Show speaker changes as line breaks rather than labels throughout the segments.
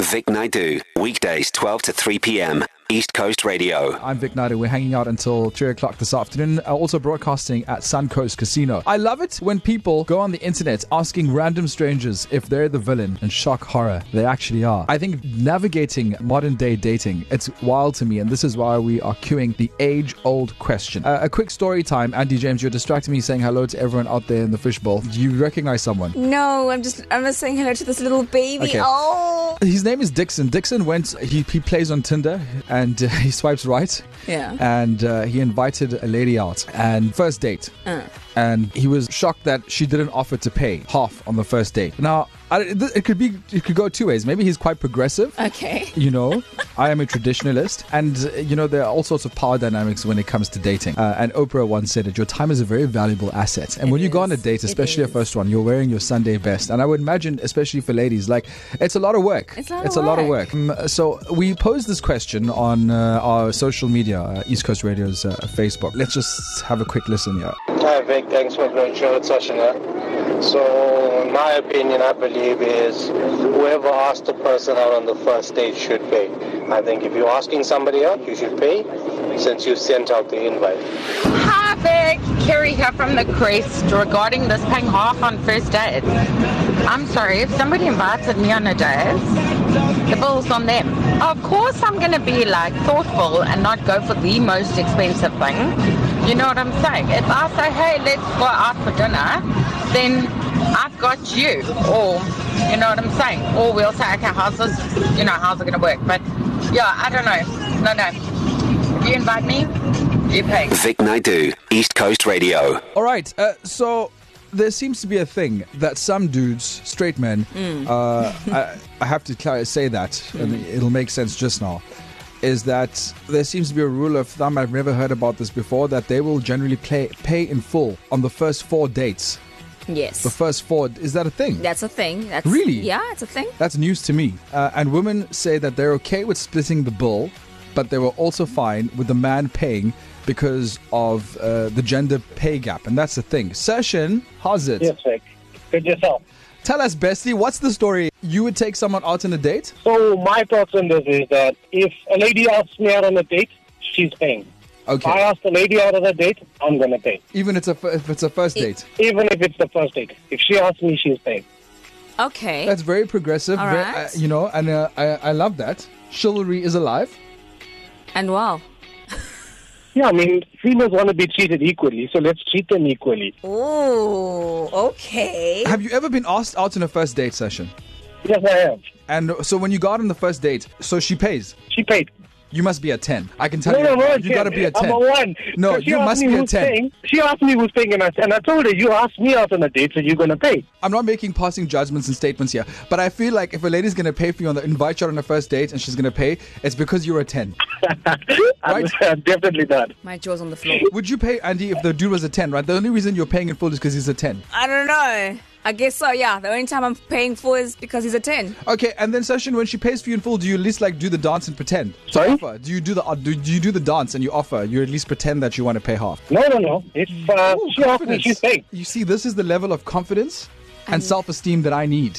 Vic Naidu, weekdays 12 to 3 p.m. East Coast Radio.
I'm Vic Naidu. We're hanging out until 3 o'clock this afternoon, uh, also broadcasting at Suncoast Casino. I love it when people go on the internet asking random strangers if they're the villain and shock horror. They actually are. I think navigating modern day dating, it's wild to me, and this is why we are queuing the age old question. Uh, a quick story time. Andy James, you're distracting me saying hello to everyone out there in the fishbowl. Do you recognize someone?
No, I'm just I'm just saying hello to this little baby.
Okay.
Oh,
His name is Dixon. Dixon went. He, he plays on Tinder and uh, he swipes right.
Yeah.
And uh, he invited a lady out and first date. And he was shocked that she didn't offer to pay half on the first date. Now I, th- it could be it could go two ways. Maybe he's quite progressive.
okay.
You know, I am a traditionalist, and uh, you know there are all sorts of power dynamics when it comes to dating. Uh, and Oprah once said it: "Your time is a very valuable asset." And when you go on a
is.
date,
It
especially a
is.
first one, you're wearing your Sunday best, and I would imagine, especially for ladies, like it's a lot of work.
It's a lot of
work. Um, so we posed this question on uh, our social media, uh, East Coast Radio's uh, Facebook. Let's just have a quick listen here.
Hi Vic, thanks for a great show. It's Sachin here. So, in my opinion, I believe is whoever asked the person out on the first date should pay. I think if you're asking somebody out, you should pay since you sent out the invite.
Hi, Vic. Carrie here from the Crest regarding this paying half on first dates. I'm sorry, if somebody invited me on a date, the bill's on them. Of course, I'm going to be like thoughtful and not go for the most expensive thing. You know what I'm saying? If I say, hey, let's go out for dinner, then I've got you. Or, you know what I'm saying? Or we'll say, okay, how's this, you know, how's it going to work? But yeah, I don't know. No, no. If you invite me, you pay.
Vic Naidu, East Coast Radio.
All right. Uh, so there seems to be a thing that some dudes, straight men, uh, I, I have to clar- say that, and it'll make sense just now. Is that there seems to be a rule of thumb I've never heard about this before that they will generally play, pay in full on the first four dates. The
Yes,
first four is that a thing?
that's a thing. That's
Really?
Yeah, it's a thing.
That's news to me. Uh, and women say that they're okay with splitting the bill, but they were also fine with the man paying because of uh, the gender pay gap, and that's the thing. Session, how's it?
Vic. Good yourself.
Tell us, Bestie, what's the story? You would take someone out on a date?
So, my thoughts on this is that if a lady asks me out on a date, she's paying. I uh,
Okay.
ask the lady out on a date, I'm going to pay.
Even it's a fir- if it's a first date.
Even if it's the first date. If she asks me, she's paying.
Okay.
That's very progressive.
All
very-
right.
uh, you know, and uh, I, I love that. Chivalry is alive.
and wow.
Yeah, I mean, females want to be treated equally, so let's treat them equally.
Ooh. Oh, Okay.
Have you ever been asked out on a first date session?
Yes, I have.
And so when you got on the first date, so she pays.
She paid.
You must be a 10. I can tell
No,
you.
no, no.
you got to be a 10.
I'm a one.
No,
So she
you
asked
must
me
be a
who's
10.
Paying. She asked me who's paying, and I, and I told her, you asked me out on a date, so you're going to pay.
I'm not making passing judgments and statements here, but I feel like if a lady's going to pay for you on the invite you out on a first date and she's going to pay, it's because you're a 10.
I'm,
Right.
I'm definitely not.
My jaw's on the floor.
Would you pay, Andy, if the dude was a 10, right? The only reason you're paying in full is because he's a 10.
I don't know. I guess so. Yeah. The only time I'm paying for is because he's a ten.
Okay, and then session when she pays for you in full, do you at least like do the dance and pretend? To
Sorry?
Offer? Do you do the uh, do, do you do the dance and you offer? You at least pretend that you want to pay half.
No, no, no. If uh,
Ooh,
she asked me, she's paying.
You see, this is the level of confidence and
And-
self-esteem that I need.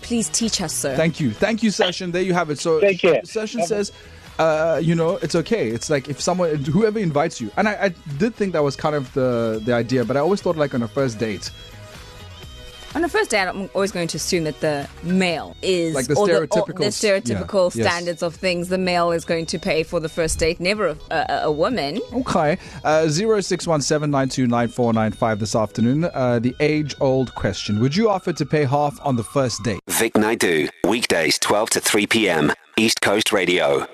Please teach us, sir.
Thank you, thank you, session. There you have it. So
Take care.
session
Have a-
says. Uh, you know, it's okay. It's like if someone, whoever invites you, and I, I did think that was kind of the the idea, but I always thought like on a first date,
On the first date, I'm always going to assume that the male is
Like the
or the, or
stereotypical-
the stereotypical
yeah, yes.
standards of things. The male is going to pay for the first date. Never a, a, a woman.
Okay. Uh, 0617929495 this afternoon. Uh, the age old question Would you offer to pay half on the first date?
Vic Naidu, weekdays 12 to 3 p.m. East Coast Radio.